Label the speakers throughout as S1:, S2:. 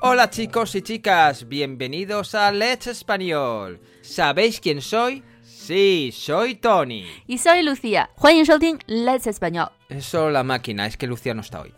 S1: Hola chicos y chicas, bienvenidos a Let's Español. ¿Sabéis quién soy? Sí, soy Tony.
S2: Y soy Lucía，欢迎收听 Let's Español。
S1: Es solo la máquina, es que Lucía no está hoy.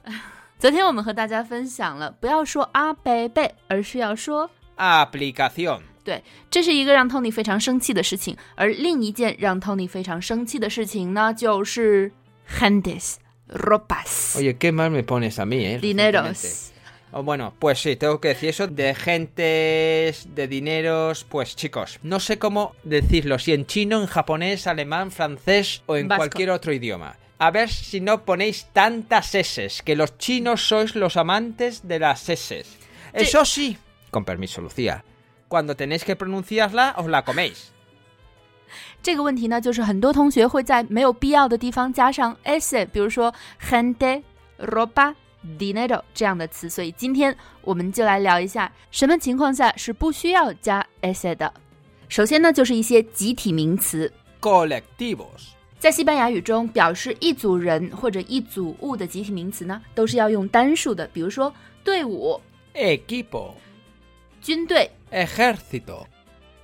S2: 昨天我们和大家分享了，不要说阿贝贝，而是要说
S1: Aplicación.
S2: 对。这是一个让 Tony 非常生气的事情，而另一件让 Tony 非常生气的事情呢，就是 handes, ropas,
S1: Oye, qué mal me pones a mí, ¿eh? recientemente.
S2: dineros。
S1: Oh, bueno, pues sí, tengo que decir eso de gentes, de dineros, pues chicos, no sé cómo decirlo, si en chino, en japonés, alemán, francés o en
S2: Vasco.
S1: cualquier otro idioma. A ver si no ponéis tantas eses, que los chinos sois los amantes de las eses. Eso sí, con permiso, Lucía, cuando tenéis que pronunciarla, os la coméis.
S2: 这个问题呢，就是很多同学会在没有必要的地方加上 s，比如说 handes, ropa。dinero 这样的词，所以今天我们就来聊一下什么情况下是不需要加 s 的。首先呢，就是一些集体名词，
S1: Colectivos.
S2: 在西班牙语中表示一组人或者一组物的集体名词呢，都是要用单数的，比如说队伍、
S1: Equipo.
S2: 军队、
S1: Ejército.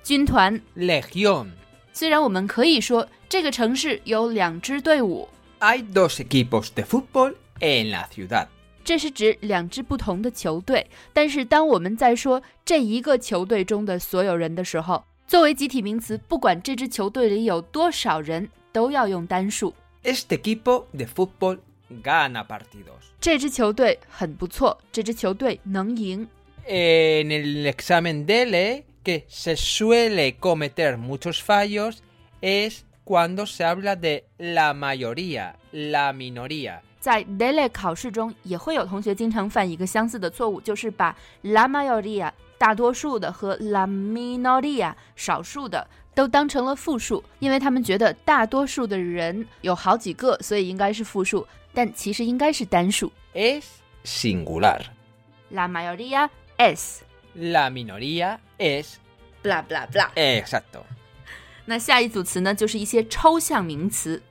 S2: 军团。
S1: Legión.
S2: 虽然我们可以说这个城市有两支队伍，
S1: Hay dos equipos de fútbol en la ciudad.
S2: 这是指两支不同的球队。但是当我们在说这一个球队中的所有人的时候，作为集体名词，不管这支球队里有多少人，都要用单数。
S1: Este equipo de fútbol gana partidos.
S2: 这支球队很不错，这支球队能赢。
S1: En el examen DELE, que se suele cometer muchos fallos, es cuando se habla de la mayoría, la minoría.
S2: 在 daily 考试中，也会有同学经常犯一个相似的错误，就是把 la mayoría 大多数的和 la minoría 少数的都当成了复数，因为他们觉得大多数的人有好几个，所以应该是复数，但其实应该是单数。
S1: Es singular.
S2: la mayoría es
S1: La minoría es...
S2: bla bla bla。
S1: Exacto.
S2: 那下一组词呢，就是一些抽象名词。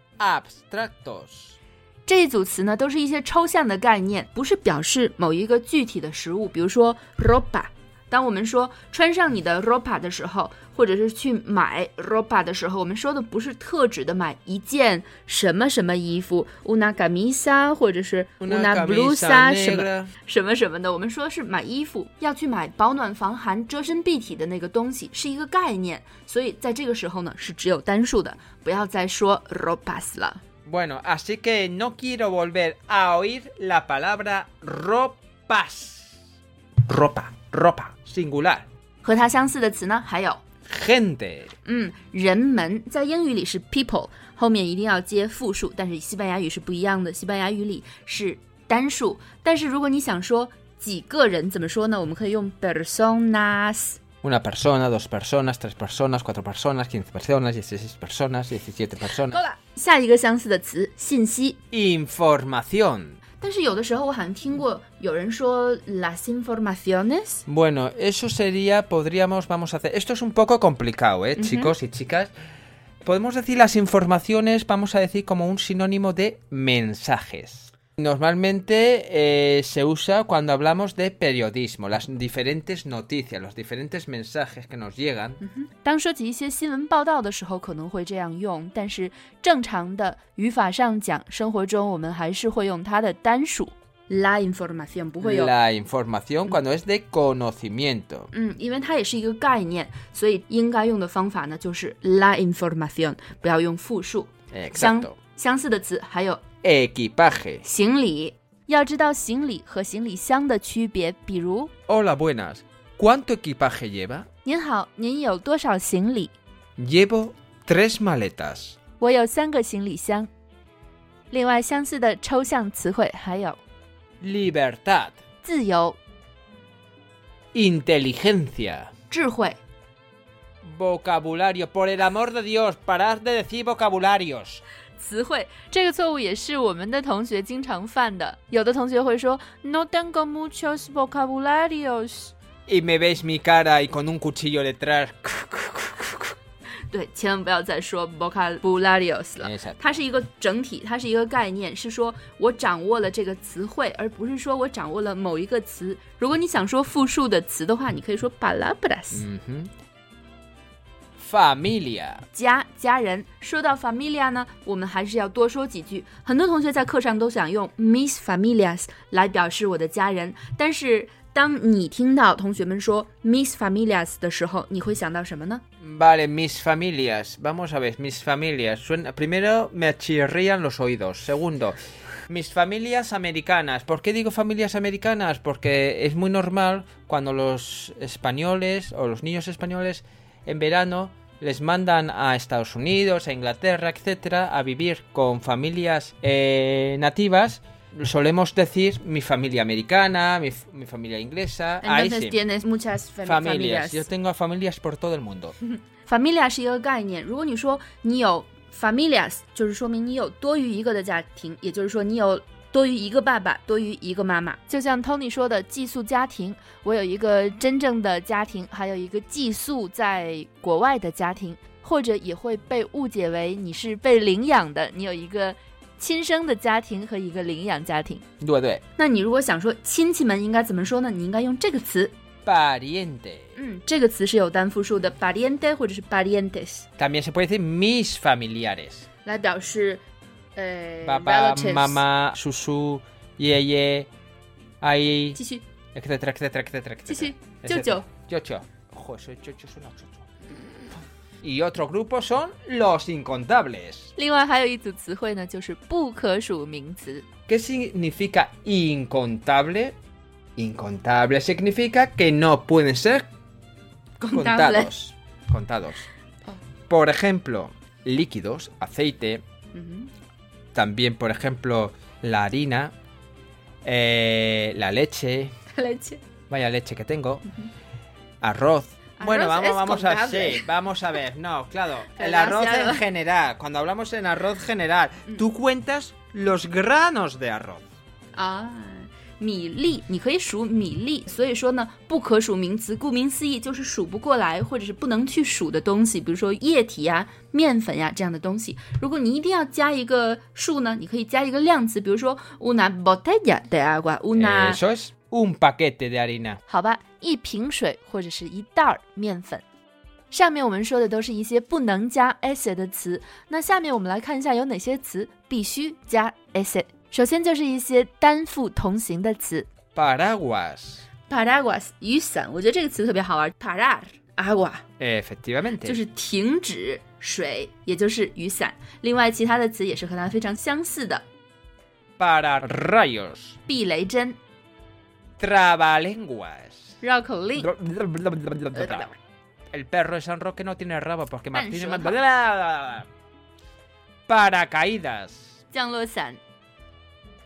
S1: Abstractos.
S2: 这一组词呢，都是一些抽象的概念，不是表示某一个具体的食物。比如说 ropa，当我们说穿上你的 ropa 的时候，或者是去买 ropa 的时候，我们说的不是特指的买一件什么什么衣服，una camisa，或者是 una blusa 什么
S1: negra.
S2: 什么什么的，我们说是买衣服，要去买保暖、防寒、遮身蔽体的那个东西，是一个概念。所以在这个时候呢，是只有单数的，不要再说 ropas 了。
S1: Bueno, así que no quiero volver a oír la palabra ropas. Ropa, ropa, singular.
S2: 和它相似的词呢，还有
S1: Gente.
S2: 嗯，人们在英语里是 people，后面一定要接复数，但是西班牙语是不一样的，西班牙语里是单数。但是如果你想说几个人，怎么说呢？我们可以用 personas。
S1: Una persona, dos personas, tres personas, cuatro personas, quince personas, dieciséis personas, diecisiete
S2: 够
S1: personas.
S2: 了。下一个相似的词，信息。
S1: Información.
S2: 但是有的时候我好像听过有人说 las informaciones，
S1: Bueno, eso sería, podríamos, vamos a hacer. Esto es un poco complicado, ¿eh, chicos y chicas? Podemos decir las informaciones, vamos a decir, como un sinónimo de mensajes. Normalmente eh, se usa cuando hablamos de periodismo, las diferentes noticias, los diferentes mensajes que nos llegan.
S2: 当说起一些新闻报道的时候可能会这样用，但是正常的语法上讲，生活中我们还是会用它的单数 la información，不会有
S1: La información cuando es de conocimiento.
S2: 嗯，因为它也是一个概念，所以应该用的方法呢就是 la información，不要用复数。相
S1: Exacto.
S2: 相似的词还有
S1: Equipaje.
S2: 行李，要知道行李和行李箱的区别，比如
S1: Hola, buenas. ¿Cuánto equipaje lleva?
S2: 您好，您有多少行李？
S1: Llevo tres maletas.
S2: 我有三个行李箱。另外，相似的抽象词汇还有
S1: Libertad.
S2: 自由、
S1: Inteligencia.
S2: 智慧。
S1: Vocabulario. Por el amor de Dios, parad de decir vocabularios.
S2: 词汇这个错误也是我们的同学经常犯的。有的同学会说 “No tengo muchos vocabularios”，
S1: Y me veis mi cara y con un cuchillo detrás.
S2: 对，千万不要再说 vocabularios 了。
S1: Exacto.
S2: 它是一个整体，它是一个概念，是说我掌握了这个词汇，而不是说我掌握了某一个词。如果你想说复数的词的话，你可以说 palabras，、
S1: Ujú. Familia.
S2: 家家人。说到 familia 呢，我们还是要多说几句。很多同学在课上都想用 mis familias 来表示我的家人，但是当你听到同学们说 mis familias 的时候，你会想到什么呢？
S1: Vale, mis familias. Vamos a ver, mis familias. Suena... Primero, me achirrían los oídos. Segundo, mis familias americanas. ¿Por qué digo familias americanas? Porque es muy normal cuando los españoles o los niños españoles en verano les mandan a Estados Unidos, a Inglaterra, etcétera, a vivir con familias eh, nativas. Solemos decir mi familia americana, mi, f- mi familia inglesa. Ahí
S2: Entonces
S1: sí.
S2: tienes muchas fam-
S1: Familias.
S2: familias.
S1: Yo tengo familias por todo el mundo.
S2: familia 是一个概念，如果你说你有 familias，就是说明你有多于一个的家庭，也就是说你有多于一个爸爸，多于一个妈妈。就像 Tony 说的，寄宿家庭，我有一个真正的家庭，还有一个寄宿在国外的家庭，或者也会被误解为你是被领养的，你有一个亲生的家庭和一个领养家庭。
S1: Due, due.
S2: 那你如果想说亲戚们应该怎么说呢？你应该用这个词，
S1: Pariente.
S2: 嗯，这个词是有单复数的，pariente 或者是 parientes。
S1: También se puede decir mis familiares.
S2: 来表示呃
S1: Papá,
S2: relatives
S1: mamá, susu, yeye, ahí,
S2: 继续
S1: etcétera, etcétera, etcétera,
S2: 继续
S1: etcétera.，
S2: 舅舅
S1: Chocho. Ojo, eso es chocho, suena chocho. Y otro grupo son los incontables.
S2: 另外还有一组词汇呢，就是不可数名词。
S1: ¿Qué significa incontable? Incontable significa que no pueden ser contados. Contados.
S2: Oh.
S1: Por ejemplo, líquidos, aceite,
S2: 嗯
S1: también, por ejemplo, la harina, eh, la leche,
S2: 哼，来接
S1: vaya leche que tengo, arroz.
S2: Arroz
S1: Bueno,
S2: es
S1: vamos, vamos a
S2: contable.
S1: sí, vamos a ver. No, claro, el
S2: Demasiado. Mm.
S1: arroz en general. Cuando hablamos en arroz general, tú cuentas los granos de arroz.
S2: 啊。米粒，你可以数米粒，所以说呢，不可数名词，顾名思义就是数不过来，或者是不能去数的东西，比如说液体呀、面粉呀这样的东西。如果你一定要加一个数呢，你可以加一个量词，比如说 una botella de agua，una
S1: Eso es un paquete de harina.
S2: 好吧，一瓶水或者是一袋儿面粉。上面我们说的都是一些不能加 ese 的词，那下面我们来看一下有哪些词必须加 ese。首先就是一些单复同形的词
S1: Paraguas.
S2: ，paraguas 雨伞，我觉得这个词特别好玩，parar agua
S1: Efectivamente.
S2: 就是停止水，也就是雨伞。另外其他的词也是和它非常相似的，
S1: Para rayos.
S2: 避雷针、
S1: Trabalenguas.
S2: 绕口令。
S1: El perro de San Roque no tiene rabo porque
S2: Tan
S1: Martín...
S2: solo.
S1: Para Paracaídas.
S2: 降落伞、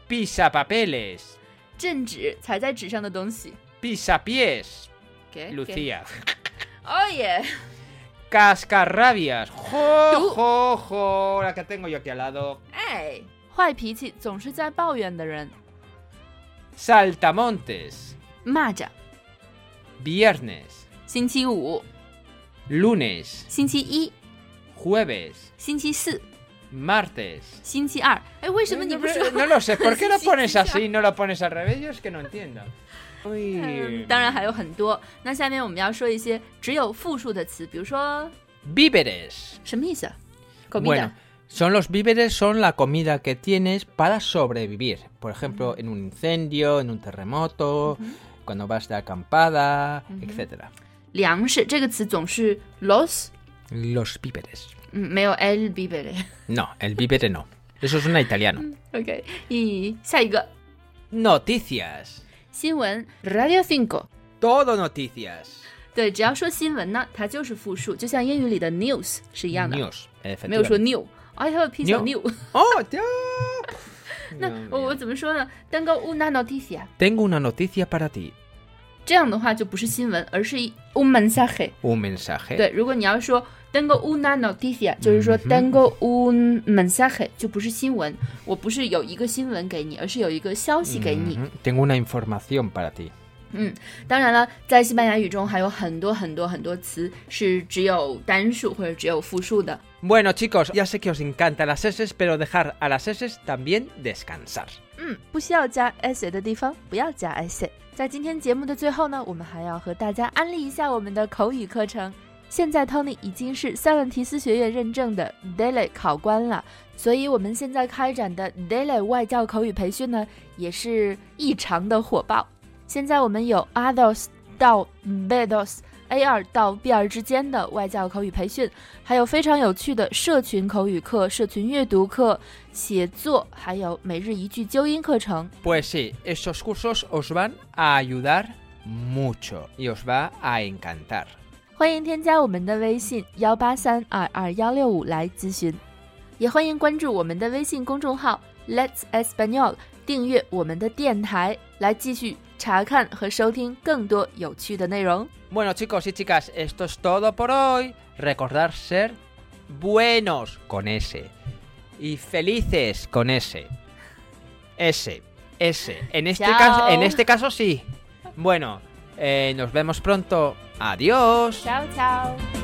S1: Pisapapeles.
S2: 镇纸，踩在纸上的东西。
S1: Pisapiés.
S2: Okay, okay.
S1: Lucía.
S2: Oh yeah.
S1: Cascarrabias. Jo,
S2: Tú.
S1: jo, jo. La que tengo yo aquí al lado.
S2: 哎，坏脾气总是在抱怨的人，
S1: Saltamontes.
S2: 蚂蚱。
S1: Viernes.
S2: 星期五、
S1: Lunes.
S2: 星期一、
S1: Jueves.
S2: 星期四、
S1: Martes.
S2: 星期二。哎，为什么你
S1: No,
S2: 不
S1: no,
S2: 说？
S1: no lo sé, ¿por qué lo
S2: Sí, sí,
S1: pones
S2: sí.
S1: así? No lo pones al revés, yo es que no entiendo.
S2: 嗯
S1: Uy.
S2: 当然还有很多。那下面我们要说一些只有复数的词，比如说
S1: Víveres.
S2: 什么意思啊？狗屁
S1: Bueno,
S2: 的。
S1: son los víveres, son la comida que tienes para sobrevivir. Por ejemplo, en un incendio, en un terremoto, cuando vas de acampada, etcétera.
S2: 粮食这个词总是 los，
S1: Los víveres.
S2: 嗯，没有 el b i b e r
S1: No, el vívere no. Eso suena italiano.
S2: OK，咦，下一个
S1: Noticias.
S2: 新闻 radio cinco。
S1: Todo noticias.
S2: 对，只要说新闻呢，它就是复数，就像英语里的 news 是一样的。
S1: News.
S2: 没有说
S1: efectivamente.
S2: new。I have a piece of new。
S1: Oh, Dios.
S2: 那
S1: Dios
S2: 我
S1: mío.
S2: 我怎么说呢？蛋糕 una noticia，
S1: Tengo una noticia para ti.
S2: 这样的话就不是新闻，而是一 un mensaje。
S1: Un mensaje.
S2: 对，如果你要说 tengo una noticia，就是说
S1: 嗯哼
S2: tengo un mensaje，就不是新闻，我不是有一个新闻给你，而是有一个消息给你。
S1: 嗯 Ujú, Tengo una Mm, información para ti. 嗯
S3: 当然了，在西班牙语中还有很多很多很多词是只有单数或者只有复数的。
S1: Bueno, chicos, ya sé que os encantan las S, pero dejar a las S también descansar.
S2: 嗯，不需要加 s 的地方不要加 s。在今天节目的最后呢，我们还要和大家安利一下我们的口语课程。现在 Tony 已经是塞万提斯学院认证的 Daily 考官了，所以我们现在开展的 Daily 外教口语培训呢，也是异常的火爆。现在我们有 Others 到 Bedos A 二到 B 二之间的外教口语培训，还有非常有趣的社群口语课、社群阅读课、写作，还有每日一句纠音课程。
S1: Pues sí, esos cursos os van a ayudar mucho y os va a encantar.
S2: 欢迎添加我们的微信幺八三二二幺六五来咨询，也欢迎关注我们的微信公众号 Let's Espanol，订阅我们的电台，来继续查看和收听更多有趣的内容。
S1: Bueno, chicos y chicas, esto es todo por hoy. Recordar ser buenos con S y felices con S. S, S. En este,
S2: Chao.
S1: caso, en este caso sí. Bueno, eh, nos vemos pronto. Adiós.
S2: 悄悄。